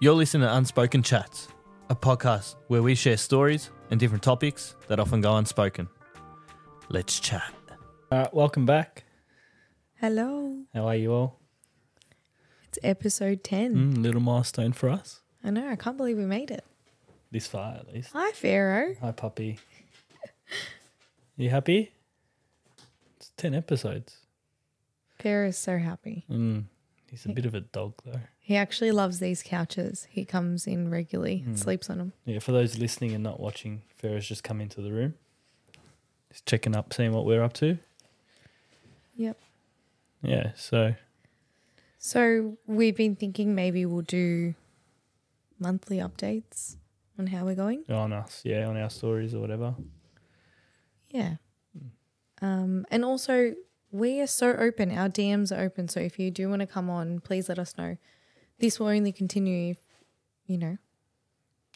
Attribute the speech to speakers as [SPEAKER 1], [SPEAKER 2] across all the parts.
[SPEAKER 1] You're listening to Unspoken Chats, a podcast where we share stories and different topics that often go unspoken. Let's chat.
[SPEAKER 2] All right, Uh, welcome back.
[SPEAKER 3] Hello.
[SPEAKER 2] How are you all?
[SPEAKER 3] It's episode 10.
[SPEAKER 2] Mm, little milestone for us
[SPEAKER 3] I know, I can't believe we made it.
[SPEAKER 2] this far, at least.
[SPEAKER 3] Hi, Pharaoh.
[SPEAKER 2] Hi, puppy. You happy? It's ten episodes.
[SPEAKER 3] Pharaoh is so happy.
[SPEAKER 2] Mm, he's a bit of a dog, though.
[SPEAKER 3] He actually loves these couches. He comes in regularly and sleeps on them.
[SPEAKER 2] Yeah, for those listening and not watching, Farrah's just come into the room. Just checking up, seeing what we're up to.
[SPEAKER 3] Yep.
[SPEAKER 2] Yeah, so
[SPEAKER 3] So we've been thinking maybe we'll do monthly updates on how we're going.
[SPEAKER 2] on us, yeah, on our stories or whatever.
[SPEAKER 3] Yeah. Um, and also, we are so open. Our DMs are open. So if you do want to come on, please let us know. This will only continue if, you know.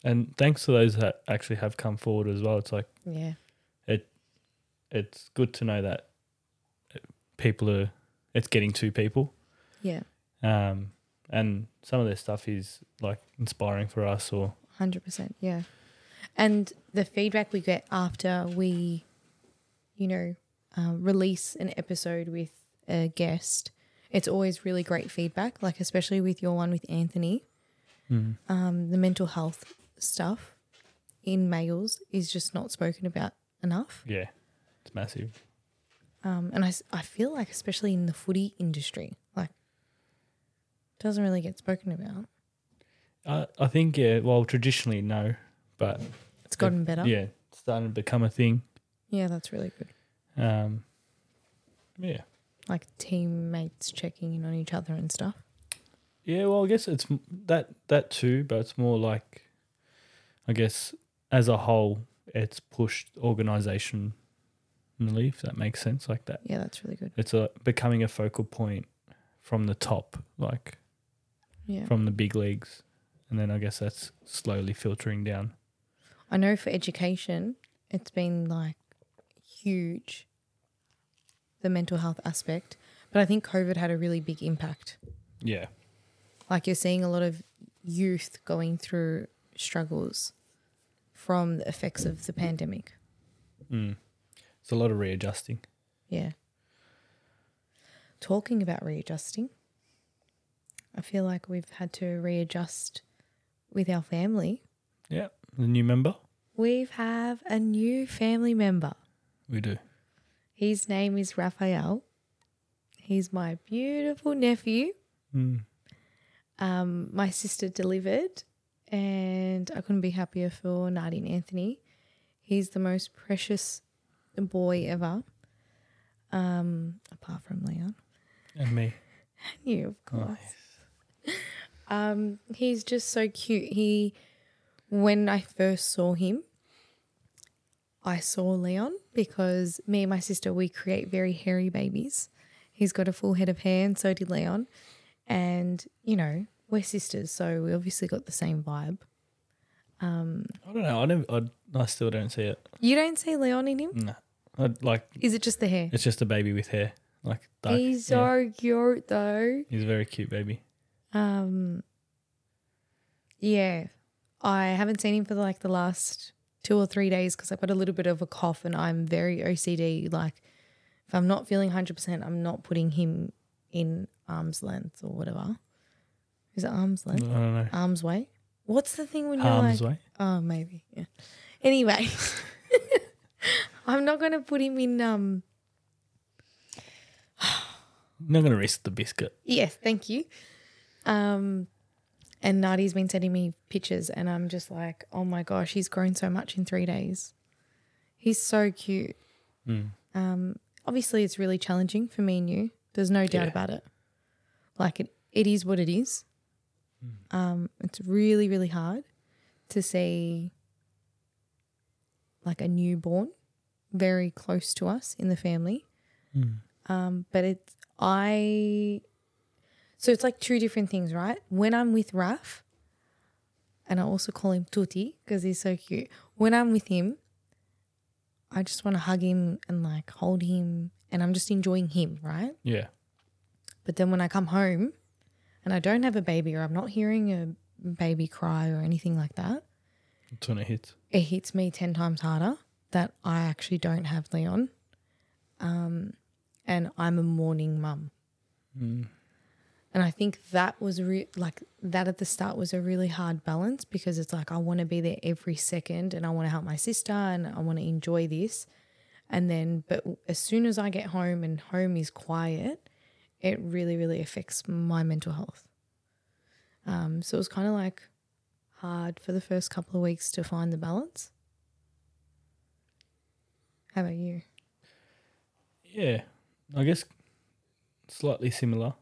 [SPEAKER 2] And thanks to those that actually have come forward as well. It's like
[SPEAKER 3] Yeah.
[SPEAKER 2] it's good to know that people are it's getting to people
[SPEAKER 3] Yeah.
[SPEAKER 2] um and some of their stuff is like inspiring for us or
[SPEAKER 3] Hundred percent, yeah. And the feedback we get after we, you know, uh, release an episode with a guest, it's always really great feedback. Like especially with your one with Anthony, um, the mental health stuff in males is just not spoken about enough.
[SPEAKER 2] yeah it's massive
[SPEAKER 3] Um, and I, s- I feel like especially in the footy industry, like doesn't really get spoken about.
[SPEAKER 2] i i think yeah well traditionally no but
[SPEAKER 3] It's gotten better.
[SPEAKER 2] yeah it's starting to become a thing
[SPEAKER 3] yeah, that's really good.
[SPEAKER 2] um yeah
[SPEAKER 3] Like teammates checking in on each other and stuff.
[SPEAKER 2] yeah well i guess it's m- that that too but it's more like i guess as a whole it's pushed organization if that makes sense like that
[SPEAKER 3] Yeah, that's really good.
[SPEAKER 2] it's a becoming a focal point from the top, like
[SPEAKER 3] Yeah.
[SPEAKER 2] from the big leagues, and then I guess that's slowly filtering down.
[SPEAKER 3] I know for education, it's been like huge, the mental health aspect. But I think COVID had a really big impact.
[SPEAKER 2] Yeah,
[SPEAKER 3] Like you're seeing a lot of youth going through struggles from the effects of the pandemic.
[SPEAKER 2] Mm. it's a lot of readjusting.
[SPEAKER 3] Yeah. Talking about readjusting, I feel like we've had to readjust with our family.
[SPEAKER 2] Yeah, the new member
[SPEAKER 3] We have a new family member.
[SPEAKER 2] we do.
[SPEAKER 3] His name is Raphael. He's my beautiful nephew.
[SPEAKER 2] Mm.
[SPEAKER 3] Um, my sister delivered, and I couldn't be happier for Nadi and Anthony. He's the most precious boy ever, um, apart from Leon.
[SPEAKER 2] And me,
[SPEAKER 3] You, of course. Um, he's just so cute. He, when I first saw him, I saw Leon because me and my sister we create very hairy babies. He's got a full head of hair, and so did Leon. And you know we're sisters, so we obviously got the same vibe.
[SPEAKER 2] I don't know. I never. I, I still don't see it.
[SPEAKER 3] You don't see Leon in him.
[SPEAKER 2] Nah, I, like
[SPEAKER 3] Is it just the hair?
[SPEAKER 2] it's just a baby with hair. Like dark.
[SPEAKER 3] He's
[SPEAKER 2] yeah.
[SPEAKER 3] so cute though.
[SPEAKER 2] He's a very cute baby.
[SPEAKER 3] Um, yeah, I haven't seen him for like the last two or three days because I've got a little bit of a cough and I'm very OCD. Like, if I'm not feeling 100%, I'm not putting him in arm's length or whatever. Is it arm's
[SPEAKER 2] I
[SPEAKER 3] length?
[SPEAKER 2] don't know.
[SPEAKER 3] Arm's way? What's the thing when you're
[SPEAKER 2] Harm's
[SPEAKER 3] like,
[SPEAKER 2] way.
[SPEAKER 3] oh, maybe. Yeah. Anyway, I'm not going to put him in, um,
[SPEAKER 2] Not gonna risk the biscuit.
[SPEAKER 3] Yes, thank you. Um, and Nadi's been sending me pictures, and I'm just like, oh my gosh, he's grown so much in three days. He's so cute. Um, obviously, it's really challenging for me and you. There's no doubt
[SPEAKER 2] Yeah.
[SPEAKER 3] about it. Like it, it is what it is. Um, it's really, really hard to see like a newborn very close to us in the family. Um, but it's I so it's like two different things, right? When I'm with Raf, and I also call him Tutti because he's so cute. When I'm with him, I just want to hug him and like hold him and I'm just enjoying him, right?
[SPEAKER 2] Yeah.
[SPEAKER 3] But then when I come home and I don't have a baby or I'm not hearing a baby cry or anything like that,
[SPEAKER 2] That's when it hits.
[SPEAKER 3] it hits me 10 times harder that I actually don't have Leon. Um, and I'm a morning mum. And I think that was re- like that at the start was a really hard balance because it's like I want to be there every second and I want to help my sister and I want to enjoy this. And then, but as soon as I get home and home is quiet, it really, really affects my mental health. Um, so it was kind of like hard for the first couple of weeks to find the balance. How about you?
[SPEAKER 2] Yeah, I guess slightly similar.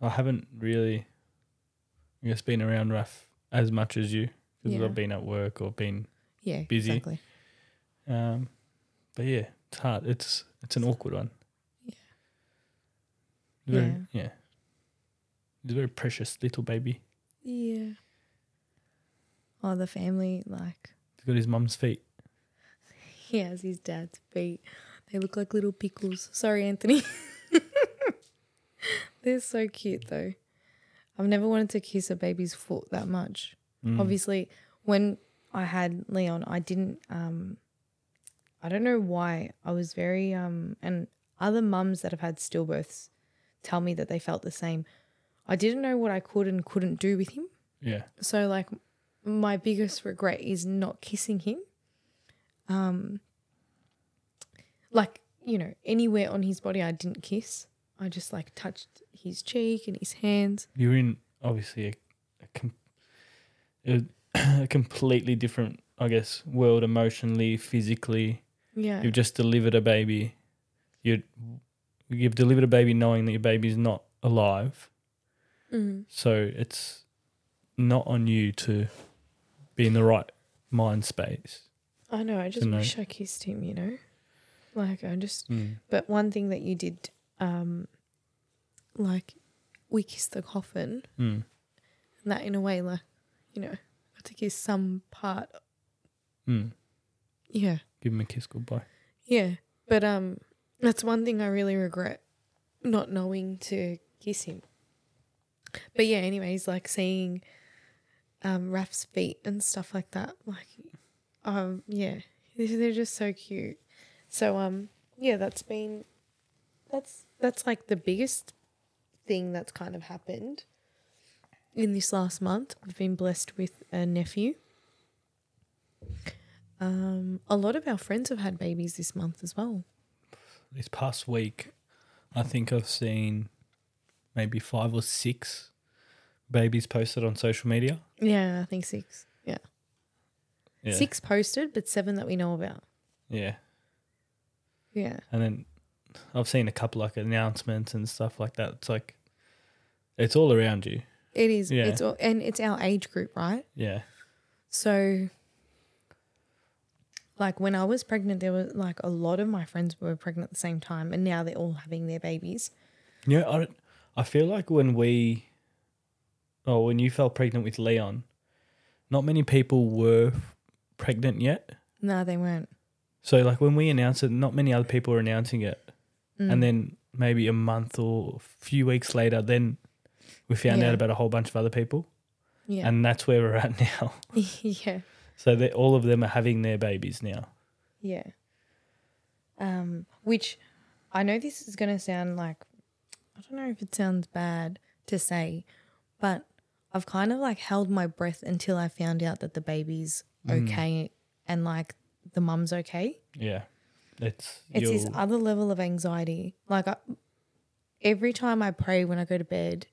[SPEAKER 2] I haven't really, I guess, been around Raf as much as you because
[SPEAKER 3] Yeah.
[SPEAKER 2] I've been at work or been.
[SPEAKER 3] Yeah,
[SPEAKER 2] Busy.
[SPEAKER 3] exactly.
[SPEAKER 2] Um, but yeah, it's hard. It's it's an awkward one. Yeah. Very,
[SPEAKER 3] Yeah.
[SPEAKER 2] yeah. He's a very precious little baby.
[SPEAKER 3] Yeah. Oh, the family, like,
[SPEAKER 2] He's got his mum's feet.
[SPEAKER 3] he has his dad's feet. They look like little pickles. Sorry, Anthony. They're so cute, though. I've never wanted to kiss a baby's foot that much. Obviously, when I had Leon, I didn't. Um, I don't know why. I was very. Um, and other mums that have had stillbirths tell me that they felt the same. I didn't know what I could and couldn't do with him.
[SPEAKER 2] Yeah.
[SPEAKER 3] So like my biggest regret is not kissing him. Um like, you know, anywhere on his body I didn't kiss. I just like touched his cheek and his hands.
[SPEAKER 2] You're in obviously a a, com- a, a completely different, I guess, world emotionally, physically.
[SPEAKER 3] Yeah.
[SPEAKER 2] You've just delivered a baby. You you've delivered a baby knowing that your baby's not alive.
[SPEAKER 3] Mhm.
[SPEAKER 2] So it's not on you to be in the right mind space.
[SPEAKER 3] I know, I just
[SPEAKER 2] Dunno.
[SPEAKER 3] wish I kissed him, you know? Like I just but one thing that you did um like we kissed the coffin
[SPEAKER 2] Mm.
[SPEAKER 3] and that in a way like you know, got to kiss some part
[SPEAKER 2] Mm.
[SPEAKER 3] yeah.
[SPEAKER 2] Give him a kiss goodbye.
[SPEAKER 3] Yeah, but um, that's one thing I really regret, not knowing to kiss him. But yeah, anyways, like seeing um Raf's feet and stuff like that, like um, yeah, they're just so cute. So um, yeah, that's been that's that's like the biggest thing that's kind of happened in this last month. We've been blessed with a nephew. Um, a lot of our friends have had babies this month as well.
[SPEAKER 2] This past week, I think I've seen maybe five or six babies posted on social media.
[SPEAKER 3] Yeah, I think six. Yeah.
[SPEAKER 2] Yeah.
[SPEAKER 3] Six posted, but seven that we know about.
[SPEAKER 2] Yeah.
[SPEAKER 3] Yeah.
[SPEAKER 2] And then I've seen a couple like announcements and stuff like that. It's like it's all around you.
[SPEAKER 3] It is.
[SPEAKER 2] Yeah.
[SPEAKER 3] It's all, and it's our age group, right?
[SPEAKER 2] Yeah.
[SPEAKER 3] So like when I was pregnant, there were like a lot of my friends were pregnant at the same time and now they're all having their babies.
[SPEAKER 2] Yeah, I don't- I feel like when we oh, when you fell pregnant with Leon, not many people were pregnant yet.
[SPEAKER 3] No, they weren't.
[SPEAKER 2] So like when we announced it, not many other people were announcing it.
[SPEAKER 3] Mm.
[SPEAKER 2] And then maybe a month or a few weeks later, then we found
[SPEAKER 3] Yeah.
[SPEAKER 2] out about a whole bunch of other people.
[SPEAKER 3] Yeah.
[SPEAKER 2] And that's where we're at now.
[SPEAKER 3] yeah.
[SPEAKER 2] So they- all of them are having their babies now.
[SPEAKER 3] Yeah. Um, which I know this is going to sound like, I don't know if it sounds bad to say, but I've kind of like held my breath until I found out that the baby's okay and like the mum's okay.
[SPEAKER 2] Yeah. It's,
[SPEAKER 3] It's
[SPEAKER 2] your-
[SPEAKER 3] this other level of anxiety. Like I, every time I pray when I go to bed,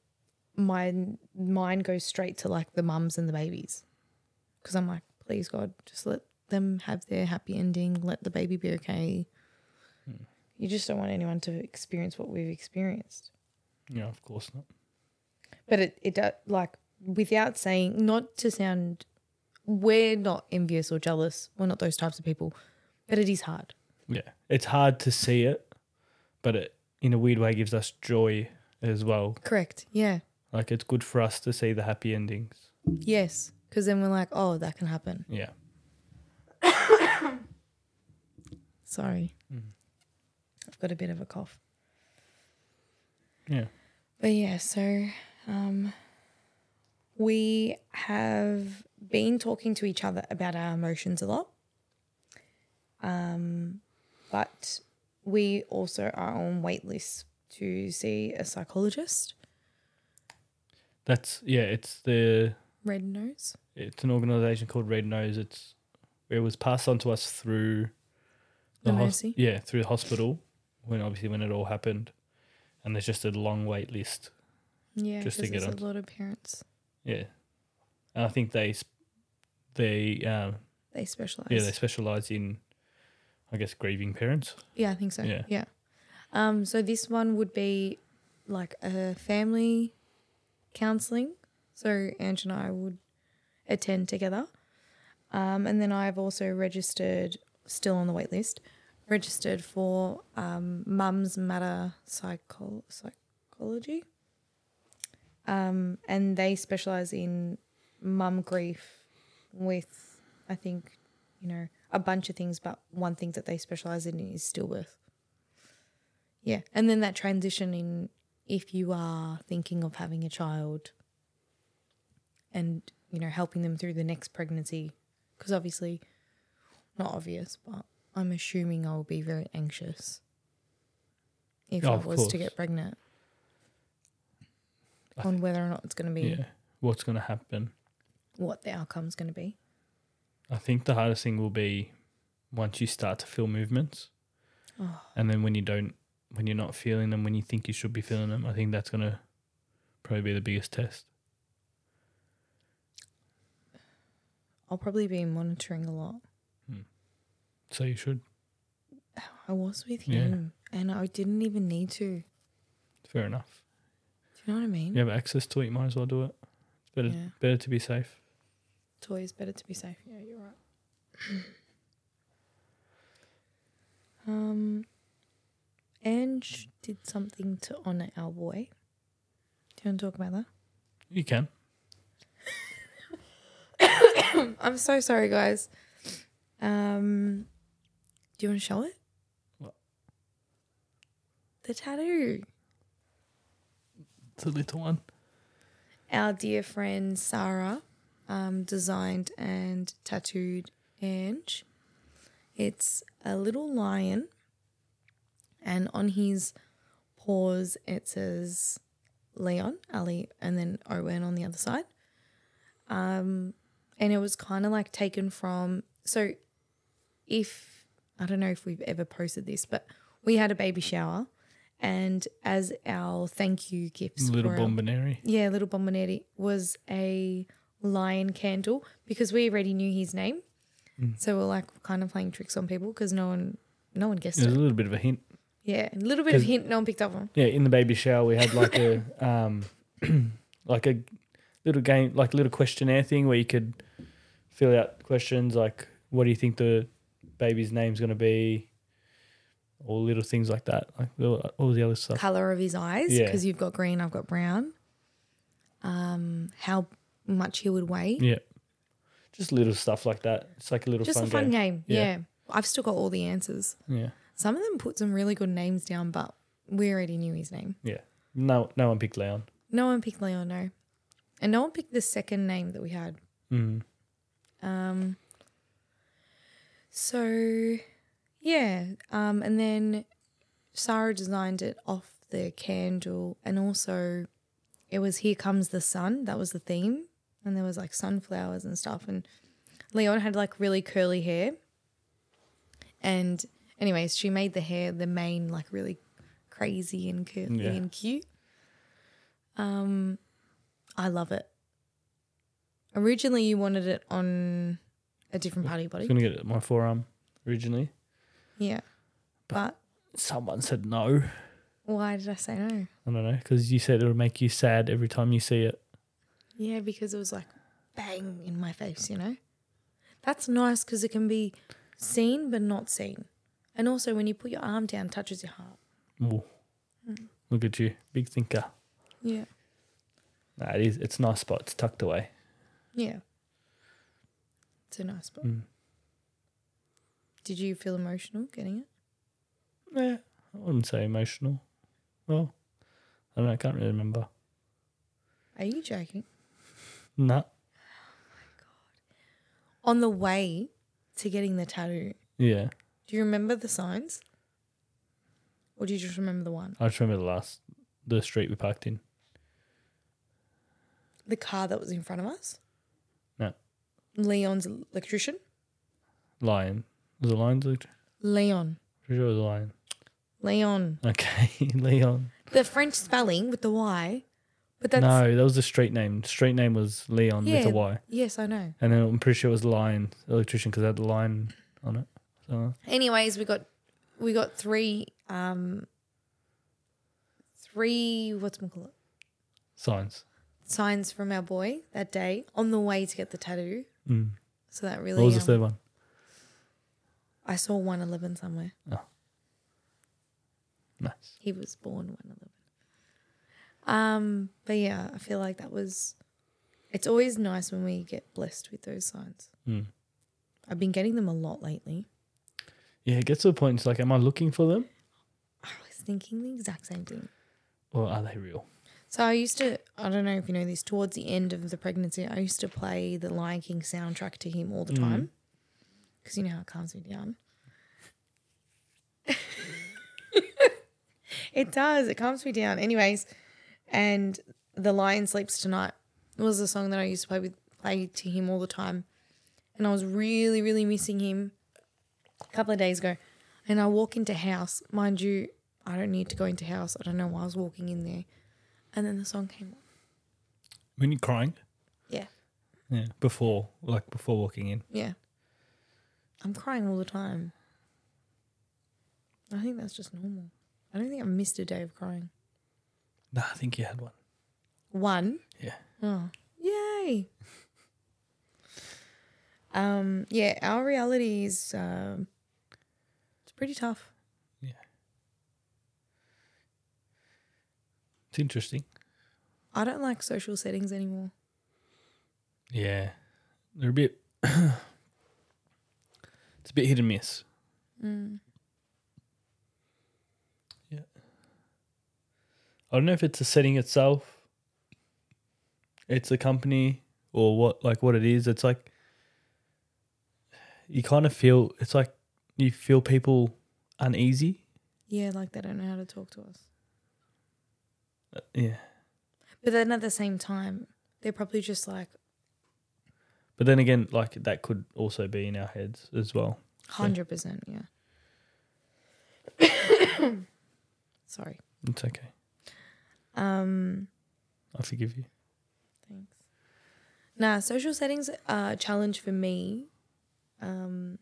[SPEAKER 3] my mind goes straight to like the mums and the babies because I'm like, please God, just let them have their happy ending. Let the baby be okay. You just don't want anyone to experience what we've experienced.
[SPEAKER 2] Yeah, of course not.
[SPEAKER 3] But it it do- like without saying not to sound, we're not envious or jealous. We're not those types of people, but it is hard.
[SPEAKER 2] Yeah. It's hard to see it, but it, in a weird way, gives us joy as well.
[SPEAKER 3] Correct. Yeah.
[SPEAKER 2] Like it's good for us to see the happy endings.
[SPEAKER 3] Yes. Because then we're like, oh, that can happen.
[SPEAKER 2] Yeah.
[SPEAKER 3] Sorry.
[SPEAKER 2] Mm-hmm.
[SPEAKER 3] I've got a bit of a cough.
[SPEAKER 2] Yeah.
[SPEAKER 3] But yeah, so um we have been talking to each other about our emotions a lot. Um, but we also are on wait lists to see a psychologist.
[SPEAKER 2] That's yeah. It's the
[SPEAKER 3] Red nose.
[SPEAKER 2] it's an organization called Red Nose. It's it was passed on to us through
[SPEAKER 3] The
[SPEAKER 2] hos-
[SPEAKER 3] Mercy?
[SPEAKER 2] yeah, through the hospital when obviously when it all happened, and there's just a long wait list.
[SPEAKER 3] Yeah,
[SPEAKER 2] Just to
[SPEAKER 3] 'cause
[SPEAKER 2] get
[SPEAKER 3] there's
[SPEAKER 2] on.
[SPEAKER 3] a lot of parents.
[SPEAKER 2] Yeah, and I think they sp- they um,
[SPEAKER 3] They specialize.
[SPEAKER 2] yeah they specialize in I guess grieving parents.
[SPEAKER 3] Yeah, I think so.
[SPEAKER 2] Yeah.
[SPEAKER 3] Yeah. Um, so this one would be like a family counseling. So Ange and I would attend together. Um, and then I've also registered, still on the wait list, registered for um, Mums Matter Psycho- Psychology. Um, and they specialize in mum grief with, I think, you know, a bunch of things, but one thing that they specialize in is stillbirth. Yeah. And then that transition in if you are thinking of having a child and, you know, helping them through the next pregnancy, because obviously, not obvious, but I'm assuming I'll be very anxious if
[SPEAKER 2] Oh,
[SPEAKER 3] I
[SPEAKER 2] of
[SPEAKER 3] was
[SPEAKER 2] course.
[SPEAKER 3] to get pregnant
[SPEAKER 2] I
[SPEAKER 3] on whether or not it's going to be
[SPEAKER 2] Yeah, what's going to happen?
[SPEAKER 3] what the outcome's going to be.
[SPEAKER 2] I think the hardest thing will be once you start to feel movements,
[SPEAKER 3] Oh.
[SPEAKER 2] and then when you don't, when you're not feeling them, when you think you should be feeling them, I think that's gonna probably be the biggest test.
[SPEAKER 3] I'll probably be monitoring a lot.
[SPEAKER 2] So you should.
[SPEAKER 3] I was with
[SPEAKER 2] Yeah.
[SPEAKER 3] him and I didn't even need to.
[SPEAKER 2] Fair enough.
[SPEAKER 3] Do you know what I mean?
[SPEAKER 2] You have access to it. You might as well do it. It's better.
[SPEAKER 3] Mm. Yeah.
[SPEAKER 2] Better to be safe.
[SPEAKER 3] Toys better to be safe. Yeah, you're right. um, Ange did something to honor our boy. Do you want to talk about that?
[SPEAKER 2] You can.
[SPEAKER 3] I'm so sorry, guys. Um, do you want to show it?
[SPEAKER 2] What?
[SPEAKER 3] The tattoo.
[SPEAKER 2] It's a little one.
[SPEAKER 3] Our dear friend Sarah um, designed and tattooed Ange. It's a little lion, and on his paws it says Leon, Ali, and then Owen on the other side. Um, and it was kind of like taken from. So, if I don't know if we've ever posted this, but we had a baby shower, and as our thank you gifts,
[SPEAKER 2] little
[SPEAKER 3] for our-
[SPEAKER 2] bomboneri.
[SPEAKER 3] yeah, Little Bombonetti was a lion candle because we already knew his name.
[SPEAKER 2] Mm.
[SPEAKER 3] So we're like kind of playing tricks on people because no one, no one guessed
[SPEAKER 2] There's a
[SPEAKER 3] it.
[SPEAKER 2] little bit of a hint.
[SPEAKER 3] Yeah, a little bit of
[SPEAKER 2] Cause-
[SPEAKER 3] hint. No one picked up on.
[SPEAKER 2] Yeah, in the baby shower we had like a um like a little game like little questionnaire thing where you could fill out questions like what do you think the baby's name's gonna be? Or little things like that. Like little, all the other stuff.
[SPEAKER 3] Color of his eyes
[SPEAKER 2] Yeah.
[SPEAKER 3] because you've got green, I've got brown. Um, how much he would weigh?
[SPEAKER 2] Yeah. Just little stuff like that. It's like a little
[SPEAKER 3] Just
[SPEAKER 2] fun,
[SPEAKER 3] a fun game.
[SPEAKER 2] game.
[SPEAKER 3] Yeah.
[SPEAKER 2] Yeah.
[SPEAKER 3] I've still got all the answers.
[SPEAKER 2] Yeah.
[SPEAKER 3] Some of them put some really good names down, but we already knew his name.
[SPEAKER 2] Yeah. No no one picked Leon.
[SPEAKER 3] No one picked Leon, no, and no one picked the second name that we had.
[SPEAKER 2] Mm.
[SPEAKER 3] Um, so, yeah. Um, and then Sarah designed it off the candle, and also it was "Here Comes the Sun." That was the theme, and there was like sunflowers and stuff. And Leon had like really curly hair, and anyways, she made the hair the mane like really crazy and curly
[SPEAKER 2] Yeah.
[SPEAKER 3] and cute. Um, I love it. Originally, you wanted it on a different party
[SPEAKER 2] I was
[SPEAKER 3] body.
[SPEAKER 2] gonna get it at my forearm originally.
[SPEAKER 3] Yeah. But
[SPEAKER 2] Someone said no.
[SPEAKER 3] why did I say no?
[SPEAKER 2] I don't know, because you said it would make you sad every time you see it.
[SPEAKER 3] Yeah, because it was like bang in my face, you know? That's nice because it can be seen but not seen. And also, when you put your arm down, touches your heart.
[SPEAKER 2] Ooh.
[SPEAKER 3] Hmm.
[SPEAKER 2] Look at you, big thinker.
[SPEAKER 3] Yeah.
[SPEAKER 2] Nah, it is. It's a nice spot. It's tucked away.
[SPEAKER 3] Yeah. It's a nice spot.
[SPEAKER 2] Mm.
[SPEAKER 3] Did you feel emotional getting it?
[SPEAKER 2] Nah, I wouldn't say emotional. Well, I don't know. I can't really remember.
[SPEAKER 3] Are you joking?
[SPEAKER 2] No.
[SPEAKER 3] On the way to getting the tattoo,
[SPEAKER 2] Yeah.
[SPEAKER 3] do you remember the signs? Or do you just remember the one?
[SPEAKER 2] I just remember the last, the street we parked in.
[SPEAKER 3] The car that was in front of us?
[SPEAKER 2] No.
[SPEAKER 3] Leon's electrician?
[SPEAKER 2] Lion. Was it lion? Pretty
[SPEAKER 3] Leon.
[SPEAKER 2] sure it was a lion.
[SPEAKER 3] Leon.
[SPEAKER 2] Okay. Leon.
[SPEAKER 3] The French spelling with the Y, but that's.
[SPEAKER 2] no, that was the street name. Street name was Leon with
[SPEAKER 3] Yeah.
[SPEAKER 2] a Y.
[SPEAKER 3] Yes, I know.
[SPEAKER 2] And then I'm pretty sure it was Lion Electrician because it had the lion on it. So,
[SPEAKER 3] Anyways, we got we got three um three what's call it
[SPEAKER 2] signs.
[SPEAKER 3] signs from our boy that day on the way to get the tattoo.
[SPEAKER 2] Mm.
[SPEAKER 3] So that really
[SPEAKER 2] What was the
[SPEAKER 3] um,
[SPEAKER 2] third one?
[SPEAKER 3] I saw one eleven somewhere.
[SPEAKER 2] Nice.
[SPEAKER 3] He was born one eleven. Um, but yeah, I feel like that was. It's always nice when we get blessed with those signs.
[SPEAKER 2] Mm.
[SPEAKER 3] I've been getting them a lot lately.
[SPEAKER 2] Yeah, it gets to the point. It's like, am I looking for them
[SPEAKER 3] I was thinking the exact same thing.
[SPEAKER 2] or are they real?
[SPEAKER 3] So I used to, I don't know if you know this, towards the end of the pregnancy, I used to play the Lion King soundtrack to him all the time. Because you know how it calms me down. it does, it calms me down. Anyways, and The Lion Sleeps Tonight was the song that I used to play with play to him all the time. And I was really, really missing him a couple of days ago. And I walk into house, mind you, I don't need to go into house. I don't know why I was walking in there. And then the song came on.
[SPEAKER 2] When you're crying?
[SPEAKER 3] Yeah.
[SPEAKER 2] Yeah. Before, like before walking in.
[SPEAKER 3] Yeah. I'm crying all the time. I think that's just normal. I don't think I've missed a day of crying.
[SPEAKER 2] No, I think you had one.
[SPEAKER 3] One.
[SPEAKER 2] Yeah.
[SPEAKER 3] Oh. Yay. um, yeah, our reality is um it's pretty tough.
[SPEAKER 2] It's interesting.
[SPEAKER 3] I don't like social settings anymore.
[SPEAKER 2] Yeah. They're a bit It's a bit hit and miss.
[SPEAKER 3] Mm.
[SPEAKER 2] I don't know if it's the setting itself, it's the company or what like what it is. It's like you kind of feel it's like you feel people uneasy.
[SPEAKER 3] Yeah, like they don't know how to talk to us.
[SPEAKER 2] Uh, Yeah.
[SPEAKER 3] But then at the same time, they're probably just like
[SPEAKER 2] But then again, like that could also be in our heads as well.
[SPEAKER 3] Hundred percent, yeah. Sorry.
[SPEAKER 2] It's okay.
[SPEAKER 3] Um,
[SPEAKER 2] I forgive you.
[SPEAKER 3] thanks. Nah, social settings are a challenge for me, um,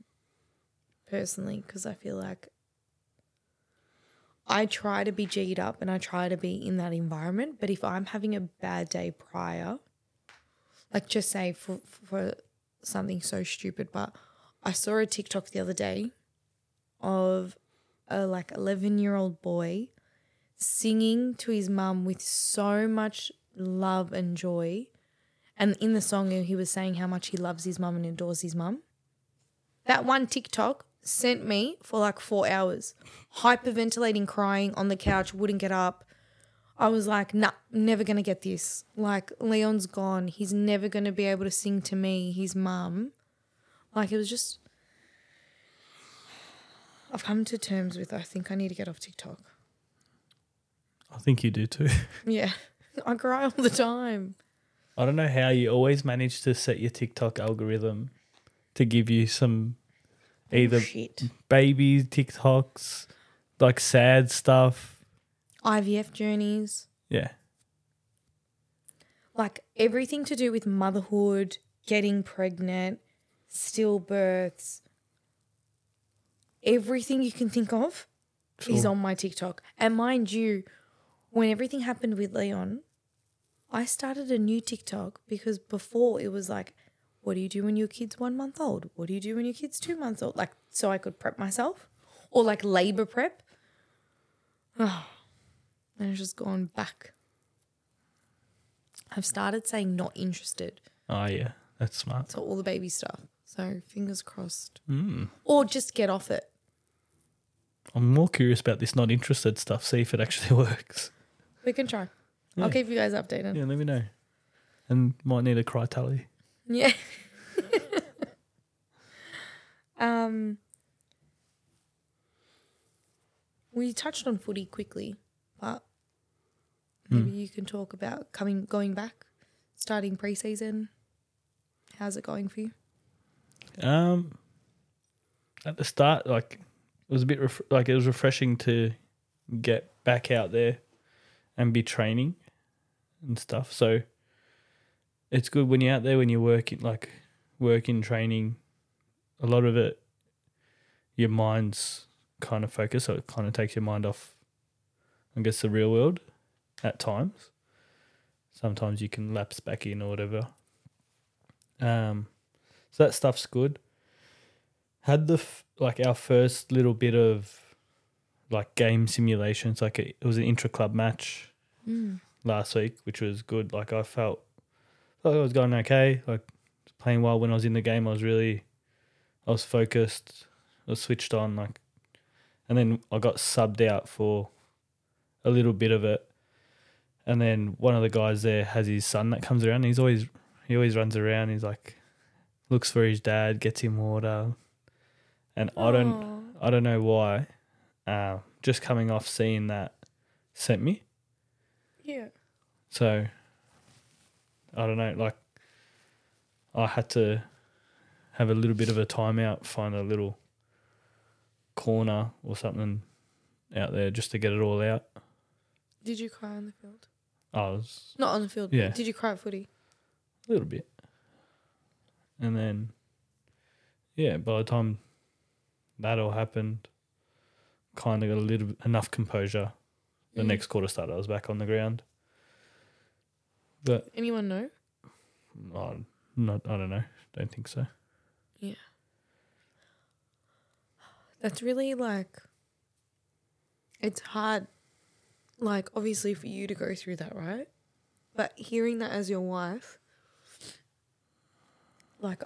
[SPEAKER 3] personally, because I feel like I try to be G'd up and I try to be in that environment. But if I'm having a bad day prior, like just say for for something so stupid, but I saw a TikTok the other day of a like 11 year old boy singing to his mum with so much love and joy. And in the song, he was saying how much he loves his mum and adores his mum. That one TikTok sent me for like four hours, hyperventilating, crying on the couch, wouldn't get up. I was like, nah, never gonna get this. Like, Leon's gone. He's never gonna be able to sing to me, his mum. Like, it was just. I've come to terms with, I think I need to get off TikTok.
[SPEAKER 2] I think you do too.
[SPEAKER 3] Yeah. I cry all the time.
[SPEAKER 2] I don't know how you always manage to set your TikTok algorithm to give you some either
[SPEAKER 3] Oh, Shit.
[SPEAKER 2] baby TikToks, like sad stuff.
[SPEAKER 3] IVF journeys,
[SPEAKER 2] Yeah.
[SPEAKER 3] like everything to do with motherhood, getting pregnant, stillbirths, everything you can think of is
[SPEAKER 2] Sure.
[SPEAKER 3] on my TikTok. And mind you, when everything happened with Leon, I started a new TikTok because before it was like, what do you do when your kid's one month old? What do you do when your kid's two months old? Like, so I could prep myself or like labor prep. and it's just gone back. I've started saying not interested.
[SPEAKER 2] Oh yeah, that's smart.
[SPEAKER 3] So all the baby stuff. So fingers crossed.
[SPEAKER 2] Mm.
[SPEAKER 3] Or just get off it.
[SPEAKER 2] I'm more curious about this not interested stuff. See if it actually works.
[SPEAKER 3] We can try. I'll keep you guys updated.
[SPEAKER 2] Yeah, let me know. and might need a cry tally.
[SPEAKER 3] Yeah. um, we touched on footy quickly, but
[SPEAKER 2] Hmm.
[SPEAKER 3] maybe you can talk about coming, going back, starting preseason. How's it going for you?
[SPEAKER 2] Um, at the start, like it was a bit ref- like it was refreshing to get back out there and be training and stuff. So it's good when you're out there when you're working, like working training. A lot of it, your mind's kind of focused, so it kind of takes your mind off, I guess, the real world at times. Sometimes you can lapse back in or whatever. Um, so that stuff's good. Had the f- like our first little bit of like game simulations. Like it, it was an intra club match last week, which was good. Like I felt like I was going okay. Like playing well when I was in the game. I was really, I was focused. I was switched on. Like, and then I got subbed out for a little bit of it. And then one of the guys there has his son that comes around. He's always he always runs around. He's like looks for his dad, gets him water. And I don't
[SPEAKER 3] Aw.
[SPEAKER 2] I don't know why. Uh, just coming off seeing that sent me.
[SPEAKER 3] Yeah.
[SPEAKER 2] So I don't know, like I had to have a little bit of a timeout, find a little corner or something out there just to get it all out.
[SPEAKER 3] Did you cry on the field?
[SPEAKER 2] I was
[SPEAKER 3] Not on the field.
[SPEAKER 2] Yeah.
[SPEAKER 3] Did you cry at footy?
[SPEAKER 2] a little bit. And then yeah, by the time that all happened, kinda got a little enough composure. The
[SPEAKER 3] Mm.
[SPEAKER 2] next quarter started, I was back on the ground. But
[SPEAKER 3] Anyone know?
[SPEAKER 2] I not I don't know. Don't think so.
[SPEAKER 3] That's really like, it's hard, like, obviously for you to go through that, right? But hearing that as your wife, like,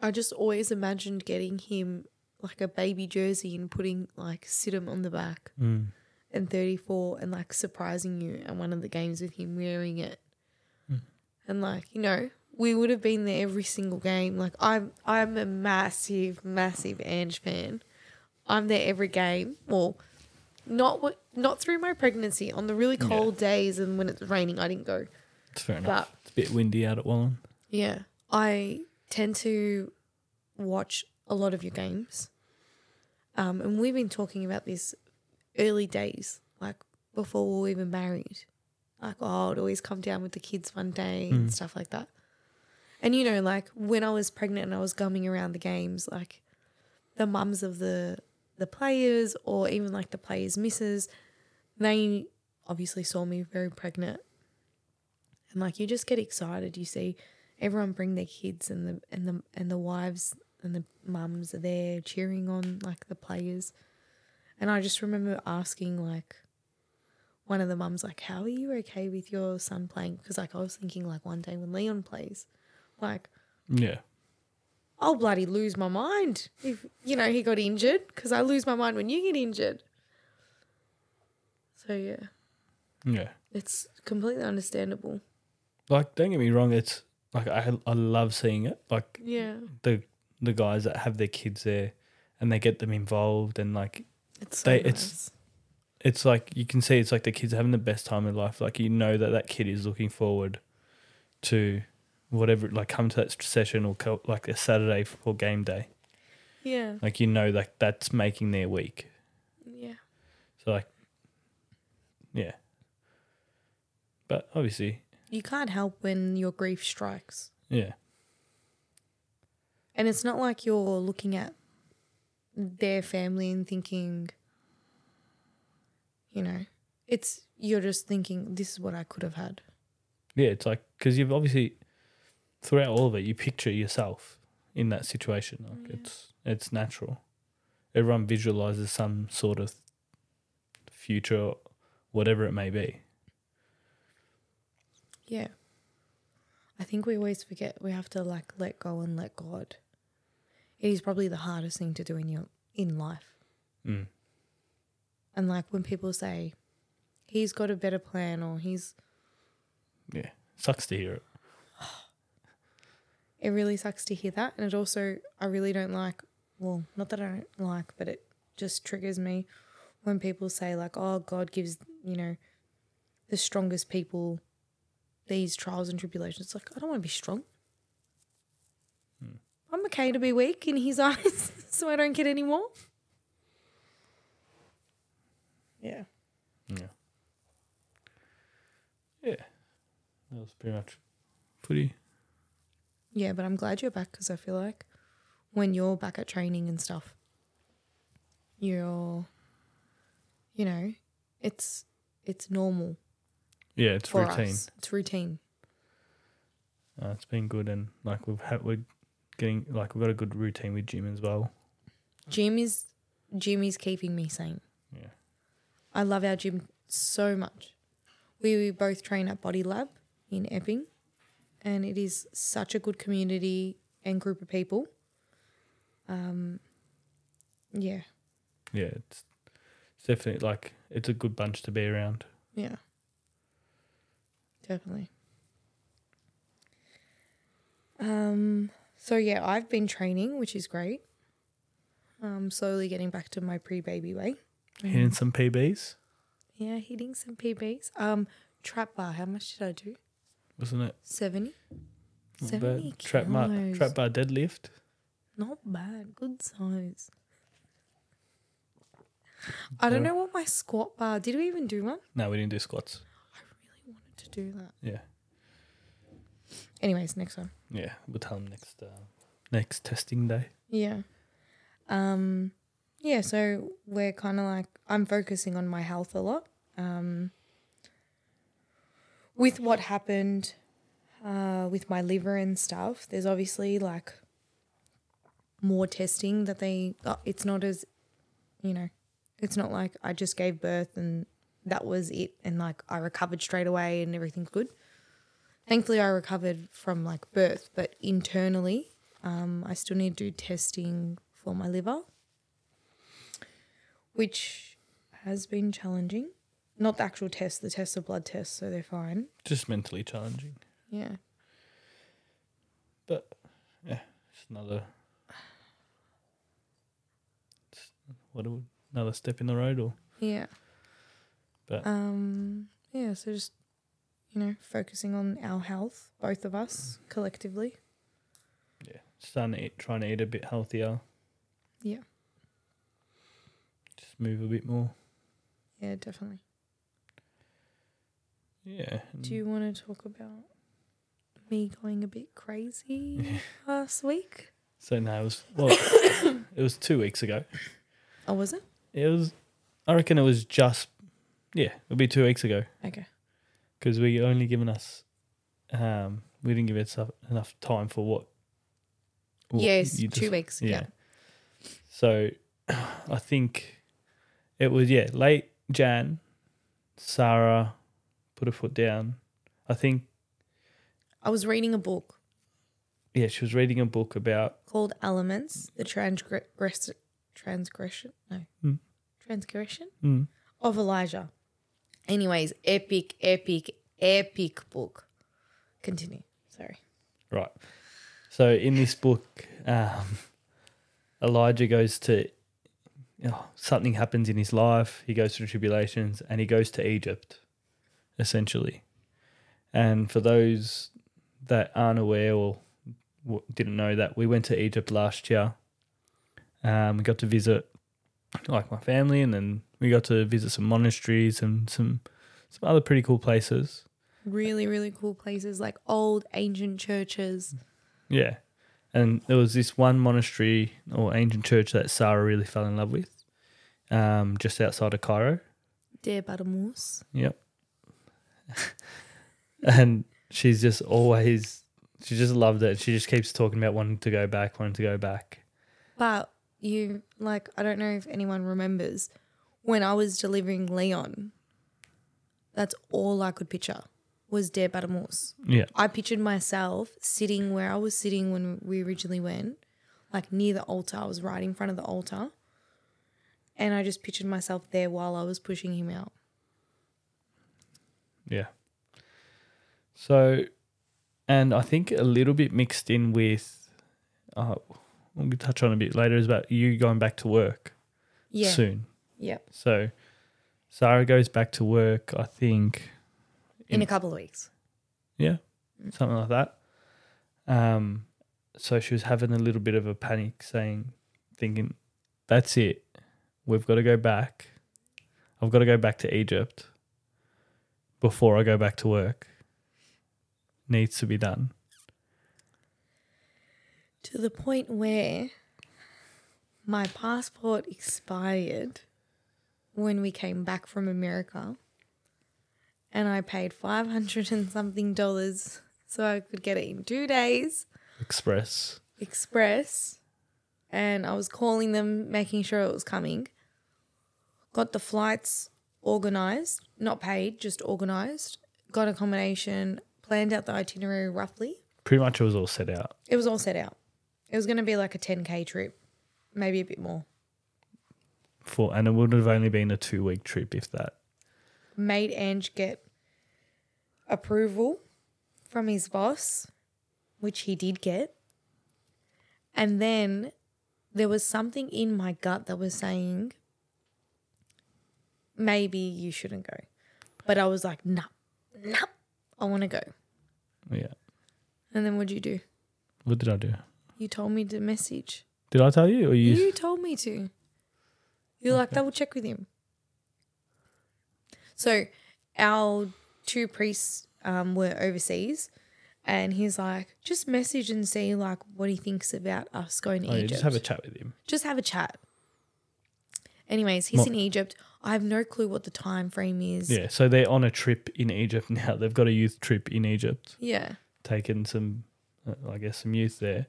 [SPEAKER 3] I just always imagined getting him like a baby jersey and putting like Sidham on the back
[SPEAKER 2] Mm.
[SPEAKER 3] and 34 and like surprising you at one of the games with him wearing it. And like, you know, we would have been there every single game. Like I'm I'm a massive, massive Ange fan. I'm there every game. Well, not what not through my pregnancy. On the really cold days and when it's raining, I didn't go.
[SPEAKER 2] It's fair enough.
[SPEAKER 3] But
[SPEAKER 2] It's a bit windy out at Wallen.
[SPEAKER 3] yeah, I tend to watch a lot of your games. Um, and we've been talking about this early days, like before we were even married. Like, oh, I'd always come down with the kids one day and stuff like that. And, you know, like when I was pregnant and I was gumming around the games, like the mums of the the players or even like the players' misses, they obviously saw me very pregnant and like you just get excited. You see everyone bring their kids and the and the and the wives and the mums are there cheering on like the players. And I just remember asking like one of the mums like, "How are you okay with your son playing?" Because like I was thinking like one day when Leon plays, like
[SPEAKER 2] Yeah.
[SPEAKER 3] I'll bloody lose my mind if you know he got injured because I lose my mind when you get injured. So yeah,
[SPEAKER 2] Yeah.
[SPEAKER 3] it's completely understandable.
[SPEAKER 2] Like, don't get me wrong. It's like I I love seeing it. Like
[SPEAKER 3] Yeah,
[SPEAKER 2] the the guys that have their kids there, and they get them involved, and like
[SPEAKER 3] it's so
[SPEAKER 2] They-
[SPEAKER 3] nice.
[SPEAKER 2] it's- it's like you can see it's like the kids are having the best time in life. Like you know that that kid is looking forward to whatever, like come to that session or co- like a Saturday for game day.
[SPEAKER 3] yeah,
[SPEAKER 2] Like you know, like that's making their week.
[SPEAKER 3] yeah.
[SPEAKER 2] So like, yeah. But obviously,
[SPEAKER 3] you can't help when your grief strikes.
[SPEAKER 2] yeah,
[SPEAKER 3] And it's not like you're looking at their family and thinking, you know, it's you're just thinking, this is what I could have had.
[SPEAKER 2] yeah. It's like because you've obviously throughout all of it, you picture yourself in that situation. Like
[SPEAKER 3] Mm.
[SPEAKER 2] it's it's natural. Everyone visualizes some sort of future, whatever it may be.
[SPEAKER 3] Yeah. I think we always forget we have to like let go and let God. It is probably the hardest thing to do in your in life.
[SPEAKER 2] Mm.
[SPEAKER 3] And like when people say, he's got a better plan or he's
[SPEAKER 2] Yeah, Sucks to hear it.
[SPEAKER 3] It really sucks to hear that. And it also, I really don't like, well, not that I don't like, but it just triggers me when people say, like, oh, God gives, you know, the strongest people these trials and tribulations. It's like, I don't want to be strong. I'm okay to be weak in his eyes, so I don't get any more. Yeah.
[SPEAKER 2] Yeah. Yeah. That was pretty much footy.
[SPEAKER 3] Yeah, but I'm glad you're back because I feel like when you're back at training and stuff, you're, you know, it's it's normal
[SPEAKER 2] Yeah, it's
[SPEAKER 3] for
[SPEAKER 2] routine.
[SPEAKER 3] us. It's routine.
[SPEAKER 2] Uh, it's been good, and like we've had, we're getting like we've got a good routine with gym as well.
[SPEAKER 3] Jim is Jim is keeping me sane.
[SPEAKER 2] Yeah.
[SPEAKER 3] I love our gym so much. We, we both train at Body Lab in Epping, and it is such a good community and group of people. Um, yeah,
[SPEAKER 2] Yeah, it's it's definitely like it's a good bunch to be around.
[SPEAKER 3] yeah, definitely. Um, so yeah, I've been training, which is great. Um, slowly getting back to my pre-baby weight. Mm.
[SPEAKER 2] Hitting some PBs,
[SPEAKER 3] Yeah, hitting some PBs. Um, trap bar. How much did I do?
[SPEAKER 2] wasn't it?
[SPEAKER 3] Seventy.
[SPEAKER 2] Not bad.
[SPEAKER 3] 70
[SPEAKER 2] Trap bar,
[SPEAKER 3] kilos.
[SPEAKER 2] trap bar deadlift.
[SPEAKER 3] Not bad. Good size. I don't
[SPEAKER 2] Yeah.
[SPEAKER 3] know what my squat bar. Did we even do one?
[SPEAKER 2] No, we didn't do squats.
[SPEAKER 3] I really wanted to do that.
[SPEAKER 2] Yeah,
[SPEAKER 3] Anyways, next one.
[SPEAKER 2] yeah. We'll tell them next uh, next testing day.
[SPEAKER 3] Yeah. Um yeah, so we're kind of like I'm focusing on my health a lot. Um with what happened uh with my liver and stuff, there's obviously like more testing that they uh, it's not as you know, it's not like I just gave birth and that was it and like I recovered straight away and everything's good. Thankfully I recovered from like birth, but internally um, I still need to do testing for my liver, which has been challenging. Not the actual test, the tests are blood tests, so they're fine.
[SPEAKER 2] Just mentally challenging,
[SPEAKER 3] Yeah.
[SPEAKER 2] but yeah, it's another. it's- What a, another step in the road, or
[SPEAKER 3] Yeah.
[SPEAKER 2] But-
[SPEAKER 3] um, yeah, so just, you know, focusing on our health, both of us collectively.
[SPEAKER 2] yeah, starting to eat, trying to eat a bit healthier.
[SPEAKER 3] Yeah.
[SPEAKER 2] Just move a bit more.
[SPEAKER 3] Yeah, definitely.
[SPEAKER 2] Yeah. and-
[SPEAKER 3] Do you want to talk about me going a bit crazy last week?
[SPEAKER 2] So no, it was well, it was two weeks ago.
[SPEAKER 3] Oh, was it?
[SPEAKER 2] It was, I reckon it was just, yeah, it'll be two weeks ago
[SPEAKER 3] Okay.
[SPEAKER 2] because we only given us, um, we didn't give us enough time for what. what
[SPEAKER 3] yes,
[SPEAKER 2] you
[SPEAKER 3] two
[SPEAKER 2] just-
[SPEAKER 3] weeks.
[SPEAKER 2] Yeah.
[SPEAKER 3] yeah.
[SPEAKER 2] So, I think it was yeah late Jan. Sarah put her foot down. I think
[SPEAKER 3] I was reading a book
[SPEAKER 2] yeah she was reading a book about
[SPEAKER 3] called Elements, the transgress transgression no
[SPEAKER 2] Mm.
[SPEAKER 3] transgression
[SPEAKER 2] mm,
[SPEAKER 3] of Elijah. Anyways, epic, epic, epic book. Continue. Sorry.
[SPEAKER 2] Right. So in this book, um, Elijah goes to you know, something happens in his life. He goes through tribulations and he goes to Egypt, essentially. And for those that aren't aware or w- didn't know that, we went to Egypt last year. Um, we got to visit like my family, and then we got to visit some monasteries and some some other pretty cool places.
[SPEAKER 3] Really, really cool places like old ancient churches.
[SPEAKER 2] Yeah. And there was this one monastery or ancient church that Sarah really fell in love with, um, just outside of Cairo.
[SPEAKER 3] Dear Badamus.
[SPEAKER 2] Yep. and she's just always, she just loved it. She just keeps talking about wanting to go back, wanting to go back.
[SPEAKER 3] But you like I don't know if anyone remembers when I was delivering Leon, that's all I could picture was Dear Badamus.
[SPEAKER 2] Yeah.
[SPEAKER 3] I pictured myself sitting where I was sitting when we originally went, like near the altar. I was right in front of the altar. And I just pictured myself there while I was pushing him out.
[SPEAKER 2] Yeah. So, and I think a little bit mixed in with, uh, we'll touch on a bit later, is about you going back to work
[SPEAKER 3] Yeah.
[SPEAKER 2] soon.
[SPEAKER 3] Yep.
[SPEAKER 2] So, Sarah goes back to work, I think,
[SPEAKER 3] In a couple of weeks.
[SPEAKER 2] something like that. Um, so she was having a little bit of a panic, saying, thinking, that's it. We've got to go back. I've got to go back to Egypt before I go back to work. Needs to be done.
[SPEAKER 3] To the point where my passport expired when we came back from America. And I paid 500 and something dollars so I could get it in two days.
[SPEAKER 2] Express.
[SPEAKER 3] Express and I was calling them, making sure it was coming. Got the flights organized, not paid, just organized. Got accommodation, planned out the itinerary roughly.
[SPEAKER 2] Pretty much it was all set out.
[SPEAKER 3] It was all set out. It was going to be like a 10K trip, maybe a bit more.
[SPEAKER 2] for, and it would have only been a two week trip if that.
[SPEAKER 3] Made Ange get approval from his boss, which he did get. And then there was something in my gut that was saying, maybe you shouldn't go. But I was like, no, no, I want to go.
[SPEAKER 2] Yeah.
[SPEAKER 3] And then what'd you do?
[SPEAKER 2] What did I do?
[SPEAKER 3] You told me to message.
[SPEAKER 2] Did I tell you or you?
[SPEAKER 3] You told me to. You're like, double check with him. So, our two priests um, were overseas, and he's like, just message and see like what he thinks about us going to
[SPEAKER 2] oh, yeah,
[SPEAKER 3] Egypt.
[SPEAKER 2] just have a chat with him.
[SPEAKER 3] chat. Anyways, he's
[SPEAKER 2] Mo-
[SPEAKER 3] in Egypt. I have no clue what the time frame is.
[SPEAKER 2] Yeah. So they're on a trip in Egypt now. They've got a youth trip in Egypt.
[SPEAKER 3] Yeah.
[SPEAKER 2] taken some, uh, I guess, some youth there.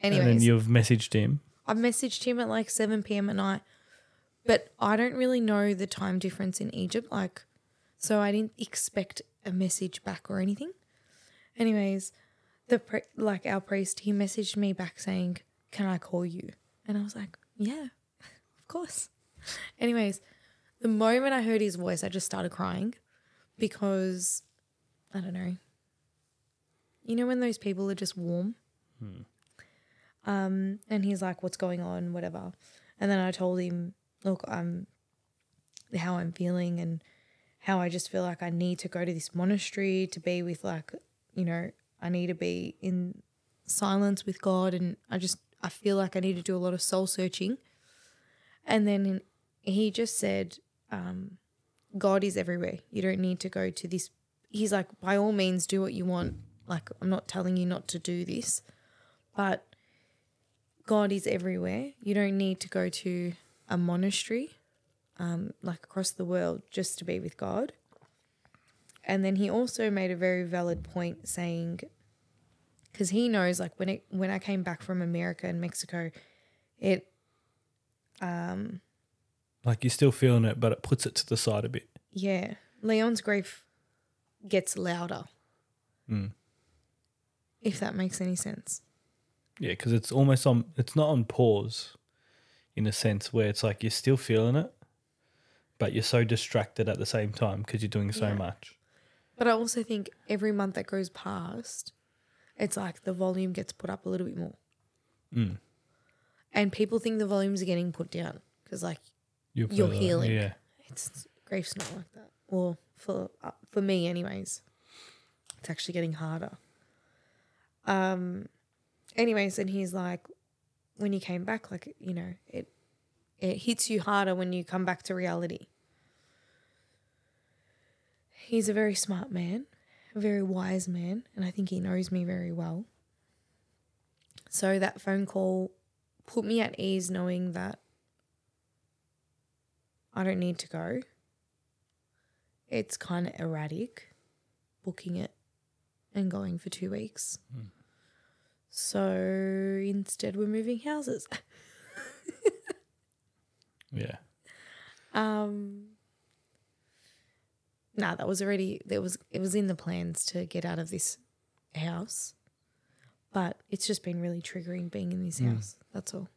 [SPEAKER 3] Anyways,
[SPEAKER 2] And then you've messaged him.
[SPEAKER 3] I messaged him at like 7 p.m. at night, but I don't really know the time difference in Egypt. Like, so I didn't expect a message back or anything. Anyways, the pri- like our priest, he messaged me back saying, "Can I call you?" And I was like, "Yeah, of course." Anyways, the moment I heard his voice, I just started crying because I don't know. You know when those people are just warm? Um, and he's like, "What's going on? Whatever." And then I told him, "Look, I'm how I'm feeling and how I just feel like I need to go to this monastery to be with like, you know, I need to be in silence with God, and I just I feel like I need to do a lot of soul searching." And then he just said, um, "God is everywhere. You don't need to go to this." He's like, "By all means, do what you want. Like, I'm not telling you not to do this, but." God is everywhere. You don't need to go to a monastery, um, like across the world, just to be with God. And then he also made a very valid point saying, because he knows, like when it when I came back from America and Mexico, it, um,
[SPEAKER 2] Like you're still feeling it, but it puts it to the side a bit.
[SPEAKER 3] yeah, Leon's grief gets louder,
[SPEAKER 2] Mm.
[SPEAKER 3] if that makes any sense.
[SPEAKER 2] Yeah, because it's almost on. It's not on pause, in a sense where it's like you're still feeling it, but you're so distracted at the same time because you're doing so
[SPEAKER 3] Yeah.
[SPEAKER 2] much.
[SPEAKER 3] But I also think every month that goes past, it's like the volume gets put up a little bit more.
[SPEAKER 2] Mm.
[SPEAKER 3] And people think the volumes are getting put down because, like, You're
[SPEAKER 2] further-
[SPEAKER 3] healing.
[SPEAKER 2] Yeah.
[SPEAKER 3] it's grief's not like that. Well, for uh, for me, anyways, it's actually getting harder. Um, anyways, and he's like, when you came back, like you know, it it hits you harder when you come back to reality. He's a very smart man, a very wise man, and I think he knows me very well. So that phone call put me at ease knowing that I don't need to go. It's kind of erratic booking it and going for two weeks.
[SPEAKER 2] Hmm.
[SPEAKER 3] So instead, we're moving houses.
[SPEAKER 2] Yeah.
[SPEAKER 3] Um, nah, that was already there was it was in the plans to get out of this house, but it's just been really triggering being in
[SPEAKER 2] Hmm.
[SPEAKER 3] this house. That's all.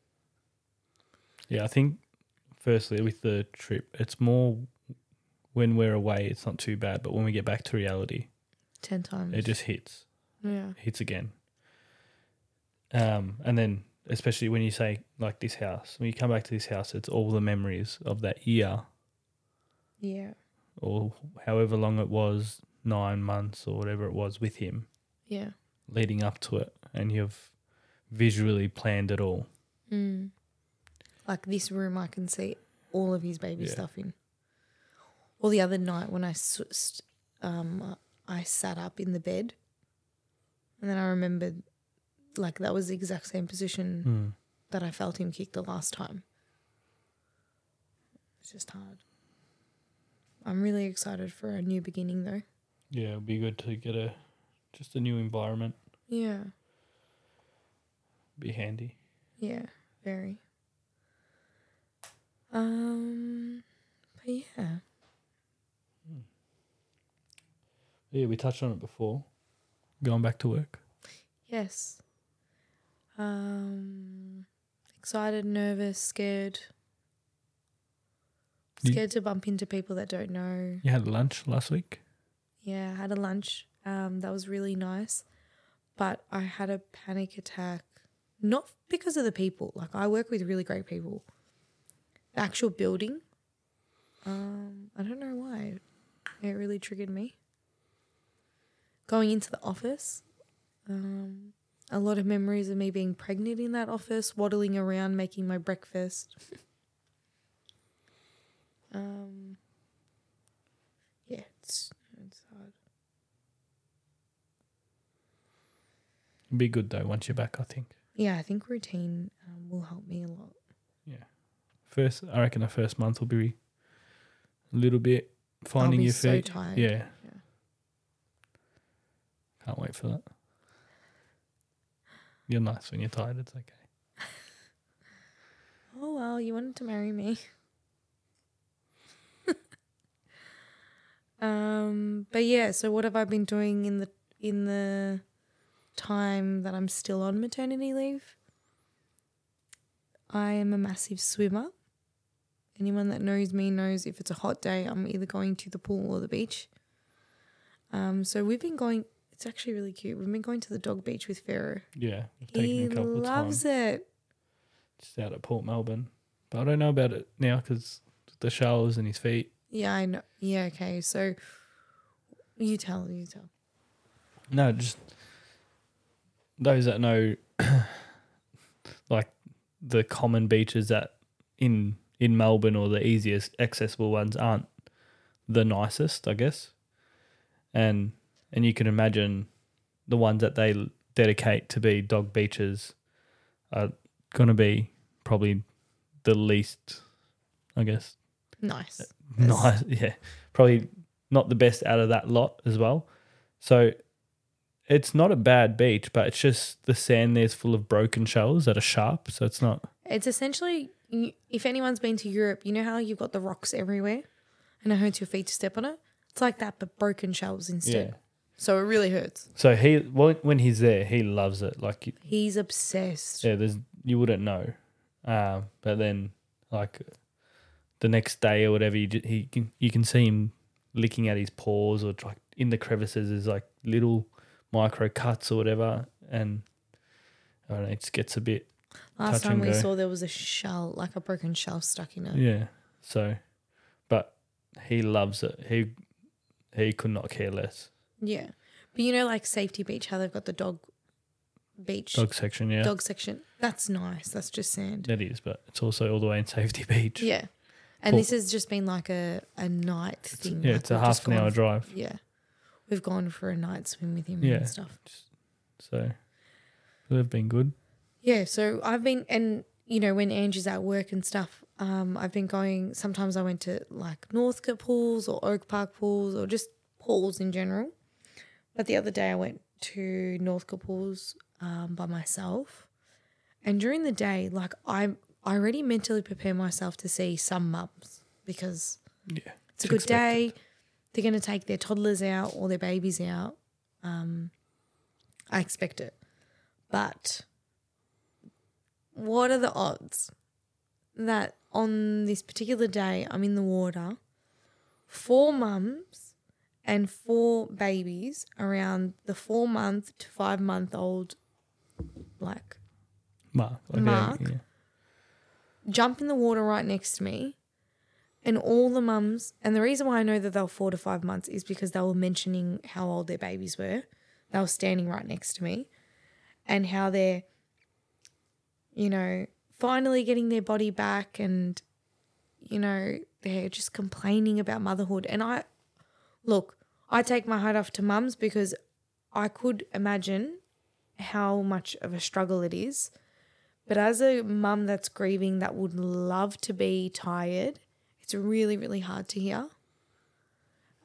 [SPEAKER 2] Yeah. I think, firstly, with the trip, it's more when we're away, it's not too bad, but when we get back to reality,
[SPEAKER 3] ten times.
[SPEAKER 2] It just hits,
[SPEAKER 3] yeah.
[SPEAKER 2] hits again. Um, and then especially when you say like this house, when you come back to this house, it's all the memories of that year
[SPEAKER 3] Yeah.
[SPEAKER 2] or however long it was, nine months or whatever it was with him
[SPEAKER 3] Yeah.
[SPEAKER 2] leading up to it, and you've visually planned it all.
[SPEAKER 3] Mm. Like this room, I can see all of his baby
[SPEAKER 2] Yeah.
[SPEAKER 3] stuff in. Or the other night when I s- s- um, I sat up in the bed, and then I remembered, like that was the exact same position
[SPEAKER 2] Mm.
[SPEAKER 3] that I felt him kick the last time. It's just hard. I'm really excited for a new beginning, though.
[SPEAKER 2] Yeah, it'd be good to get a just a new environment.
[SPEAKER 3] Yeah.
[SPEAKER 2] Be handy.
[SPEAKER 3] Yeah, very. Um, but yeah,
[SPEAKER 2] Yeah, we touched on it before. Going back to work.
[SPEAKER 3] yes. Um, excited, nervous, scared.
[SPEAKER 2] You-
[SPEAKER 3] Scared to bump into people that don't know.
[SPEAKER 2] You had lunch last week.
[SPEAKER 3] Yeah, I had a lunch. Um, that was really nice. But I had a panic attack, not because of the people. Like, I work with really great people. The actual building, um, I don't know why. It really triggered me. Going into the office, um, a lot of memories of me being pregnant in that office, waddling around, making my breakfast. um, yeah, it's, it's hard.
[SPEAKER 2] It'd be good though once you're back. I think.
[SPEAKER 3] Yeah, I think routine um, will help me a lot.
[SPEAKER 2] First, I reckon the first month will be a little bit finding
[SPEAKER 3] I'll be
[SPEAKER 2] your
[SPEAKER 3] so
[SPEAKER 2] feet.
[SPEAKER 3] tired.
[SPEAKER 2] yeah.
[SPEAKER 3] Yeah.
[SPEAKER 2] Can't wait for that. You're nice when you're tired. It's okay.
[SPEAKER 3] Oh well, you wanted to marry me. um, but yeah, so what have I been doing in the in the time that I'm still on maternity leave? I am a massive swimmer. Anyone that knows me knows if it's a hot day, I'm either going to the pool or the beach. Um, so we've been going. It's actually really cute. We've been going to the dog beach with Pharaoh.
[SPEAKER 2] Yeah, we've taken
[SPEAKER 3] He
[SPEAKER 2] a couple of times
[SPEAKER 3] loves it.
[SPEAKER 2] just out at Port Melbourne, but I don't know about it now because the showers and his feet.
[SPEAKER 3] Yeah, I know. Yeah, okay. So you tell, you tell.
[SPEAKER 2] No, just those that know, like the common beaches that in in Melbourne or the easiest accessible ones aren't the nicest, I guess. And and you can imagine the ones that they l- dedicate to be dog beaches are gonna be probably the least, I guess,
[SPEAKER 3] Nice.
[SPEAKER 2] Nice, yeah. Probably not the best out of that lot as well. So it's not a bad beach, but it's just the sand there's full of broken shells that are sharp. So it's not.
[SPEAKER 3] It's essentially, you- if anyone's been to Europe, you know how you've got the rocks everywhere and it hurts your feet to step on it? It's like that, but broken shells instead. So it really hurts.
[SPEAKER 2] So he when when he's there, he loves it. Like you-
[SPEAKER 3] He's obsessed.
[SPEAKER 2] yeah, there's you wouldn't know. Uh, but then like the next day or whatever, you ju- he can, you can see him licking at his paws or like in the crevices is like little micro cuts or whatever, and I don't know, it just gets a bit
[SPEAKER 3] Last
[SPEAKER 2] touch
[SPEAKER 3] time
[SPEAKER 2] and
[SPEAKER 3] we
[SPEAKER 2] go.
[SPEAKER 3] saw there was a shell, like a broken shell stuck in it.
[SPEAKER 2] Yeah. So, but he loves it. He he could not care less.
[SPEAKER 3] Yeah. But you know, like Safety Beach, how they've got the dog beach, dog,
[SPEAKER 2] Dog section, yeah,
[SPEAKER 3] section? That's nice. That's just sand.
[SPEAKER 2] that is. But it's also all the way in Safety Beach.
[SPEAKER 3] Yeah. And
[SPEAKER 2] Paul-
[SPEAKER 3] this has just been like a, a night
[SPEAKER 2] yeah.
[SPEAKER 3] thing. like
[SPEAKER 2] it's a
[SPEAKER 3] we've just
[SPEAKER 2] half an hour
[SPEAKER 3] gone-
[SPEAKER 2] drive.
[SPEAKER 3] Yeah. We've gone for a night swim with him
[SPEAKER 2] Yeah.
[SPEAKER 3] and stuff.
[SPEAKER 2] So they've been good.
[SPEAKER 3] Yeah. So I've been, and, you know, when Angie's at work and stuff, um, I've been going, sometimes I went to like Northcote pools or Oak Park pools or just pools in general. But the other day I went to Northcote pools um, by myself. And during the day, like I, I already mentally prepare myself to see some mums because
[SPEAKER 2] Yeah.
[SPEAKER 3] it's a good day. They're going to take their toddlers out or their babies out. Um, I expect it. But what are the odds that on this particular day I'm in the water, four mums and four babies around the four month to five month old, like
[SPEAKER 2] Mark. Like, yeah,
[SPEAKER 3] Mark.
[SPEAKER 2] yeah.
[SPEAKER 3] jump in the water right next to me. And all the mums, and the reason why I know that they were four to five months is because they were mentioning how old their babies were. They were standing right next to me and how they're, you know, finally getting their body back and, you know, they're just complaining about motherhood. And I, look, I take my hat off to mums because I could imagine how much of a struggle it is. But as a mum that's grieving that would love to be tired, it's really, really hard to hear.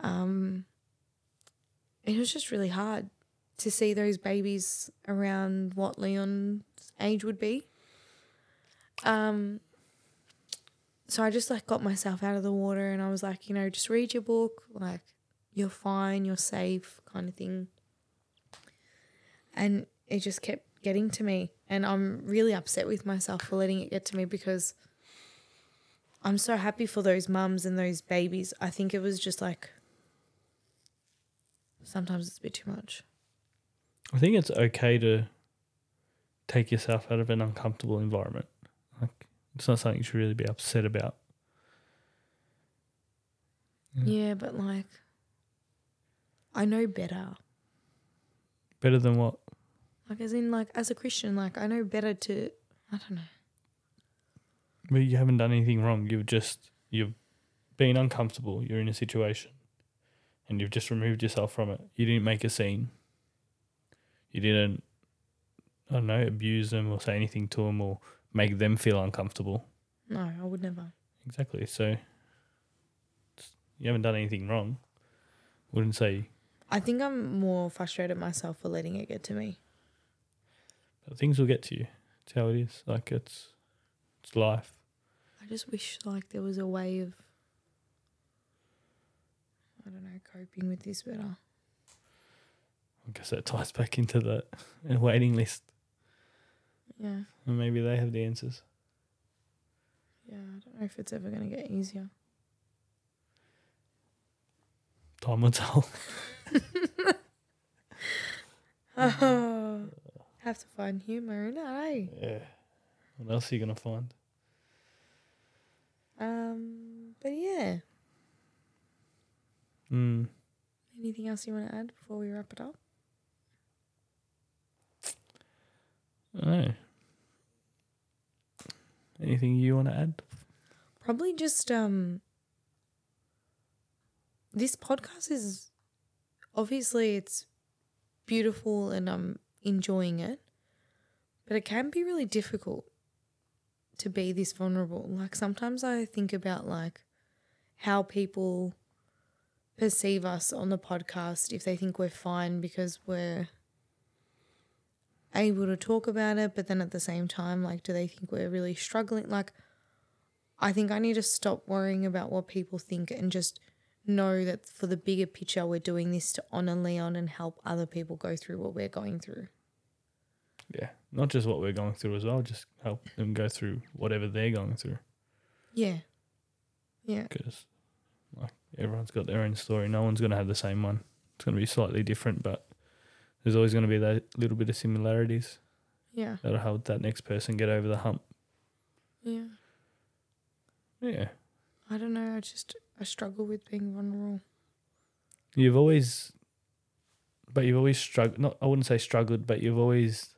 [SPEAKER 3] Um, it was just really hard to see those babies around what Leon's age would be. Um, so I just like got myself out of the water and I was like, you know, just read your book, like you're fine, you're safe, kind of thing and it just kept getting to me and i'm really upset with myself for letting it get to me because i'm so happy for those mums and those babies i think it was just like sometimes it's a bit too much
[SPEAKER 2] I think it's okay to take yourself out of an uncomfortable environment. Like it's not something you should really be upset about.
[SPEAKER 3] yeah, but like i know better
[SPEAKER 2] Better than what?
[SPEAKER 3] like as in like as a christian like i know better to i don't know
[SPEAKER 2] But you haven't done anything wrong. You've just you've been uncomfortable. You're in a situation, and you've just removed yourself from it. You didn't make a scene. You didn't, I don't know, abuse them or say anything to them or make them feel uncomfortable.
[SPEAKER 3] no i would never
[SPEAKER 2] Exactly. So it's- you haven't done anything wrong. Wouldn't say
[SPEAKER 3] i think i'm more frustrated at myself for letting it get to me
[SPEAKER 2] But things will get to you. It's how it is. Like it's it's life.
[SPEAKER 3] I just wish like there was a way of I don't know coping with this better.
[SPEAKER 2] I guess that ties back into the uh, waiting list.
[SPEAKER 3] Yeah,
[SPEAKER 2] And maybe they have the answers.
[SPEAKER 3] yeah. I don't know if it's ever gonna get easier.
[SPEAKER 2] Time will tell.
[SPEAKER 3] Oh, have to find humor in it. eh?
[SPEAKER 2] yeah. What else are you gonna find?
[SPEAKER 3] Um, but yeah.
[SPEAKER 2] Mm.
[SPEAKER 3] Anything else you want to add before we wrap it up?
[SPEAKER 2] I don't know. Anything you wanna add?
[SPEAKER 3] Probably just um. This podcast is obviously it's beautiful and I'm enjoying it, but it can be really difficult to be this vulnerable. Like sometimes I think about like how people perceive us on the podcast if they think we're fine because we're able to talk about it, but then at the same time, like, do they think we're really struggling? Like, I think I need to stop worrying about what people think and just know that for the bigger picture, we're doing this to honor Leon and help other people go through what we're going through.
[SPEAKER 2] Yeah. Not just what we're going through as well, just help them go through whatever they're going through.
[SPEAKER 3] Yeah. Yeah.
[SPEAKER 2] because like everyone's got their own story. No one's going to have the same one. It's going to be slightly different, but there's always going to be that little bit of similarities
[SPEAKER 3] Yeah.
[SPEAKER 2] that'll help that next person get over the hump.
[SPEAKER 3] Yeah.
[SPEAKER 2] Yeah,
[SPEAKER 3] I don't know. I just, I struggle with being vulnerable.
[SPEAKER 2] you've always, but you've always struggled. Not I wouldn't say struggled, but you've always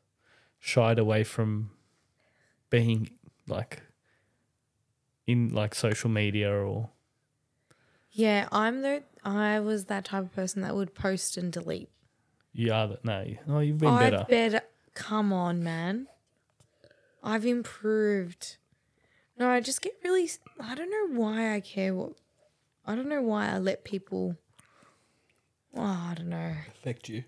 [SPEAKER 2] shied away from being like in like social media or
[SPEAKER 3] Yeah. I'm the, I was that type of person that would post and delete.
[SPEAKER 2] you are that. No, no, you've been
[SPEAKER 3] I've
[SPEAKER 2] better.
[SPEAKER 3] better. Come on, man. I've improved. No, I just get really. I don't know why I care what. I don't know why I let people. Oh, I don't know.
[SPEAKER 2] affect you.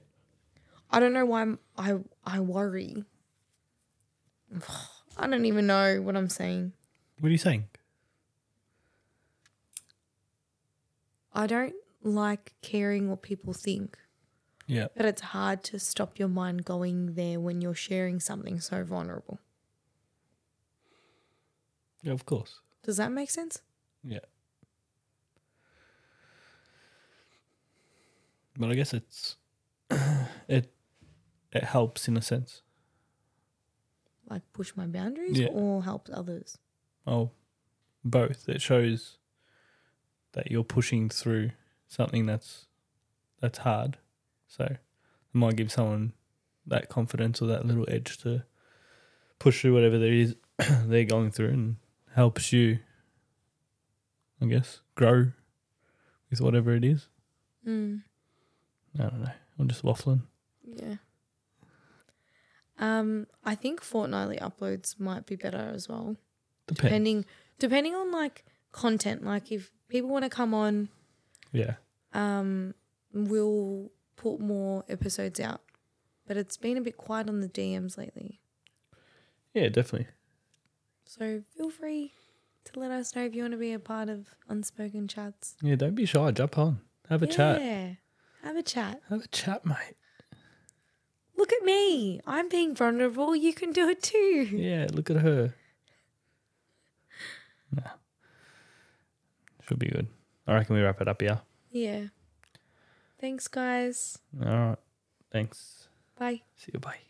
[SPEAKER 3] I don't know why I'm, I I worry. I don't even know what I'm saying.
[SPEAKER 2] What are you saying?
[SPEAKER 3] I don't like caring what people think,
[SPEAKER 2] Yeah.
[SPEAKER 3] but it's hard to stop your mind going there when you're sharing something so vulnerable.
[SPEAKER 2] Yeah, of course.
[SPEAKER 3] Does that make sense?
[SPEAKER 2] Yeah. but I guess it's it it helps in a sense.
[SPEAKER 3] like push my boundaries
[SPEAKER 2] Yeah.
[SPEAKER 3] or help others.
[SPEAKER 2] Oh, both. It shows that you're pushing through something that's that's hard. So it might give someone that confidence or that little edge to push through whatever there is they're going through and helps you I guess grow with whatever it is.
[SPEAKER 3] Mm.
[SPEAKER 2] I don't know. I'm just waffling.
[SPEAKER 3] Yeah. Um, I think fortnightly uploads might be better as well.
[SPEAKER 2] Depends.
[SPEAKER 3] Depending depending on like content. Like if people want to come on,
[SPEAKER 2] Yeah.
[SPEAKER 3] um, we'll put more episodes out. But it's been a bit quiet on the DMs lately.
[SPEAKER 2] Yeah, definitely.
[SPEAKER 3] So feel free to let us know if you want to be a part of Unspoken Chats.
[SPEAKER 2] Yeah, don't be shy. Jump on. Have a chat.
[SPEAKER 3] Yeah. Have a chat.
[SPEAKER 2] Have a chat, mate.
[SPEAKER 3] Look at me. I'm being vulnerable. You can do it too.
[SPEAKER 2] Yeah, look at her. Nah. Should be good. I reckon we wrap it up, yeah?
[SPEAKER 3] Yeah. Thanks, guys.
[SPEAKER 2] All right. Thanks.
[SPEAKER 3] Bye.
[SPEAKER 2] See you. Bye.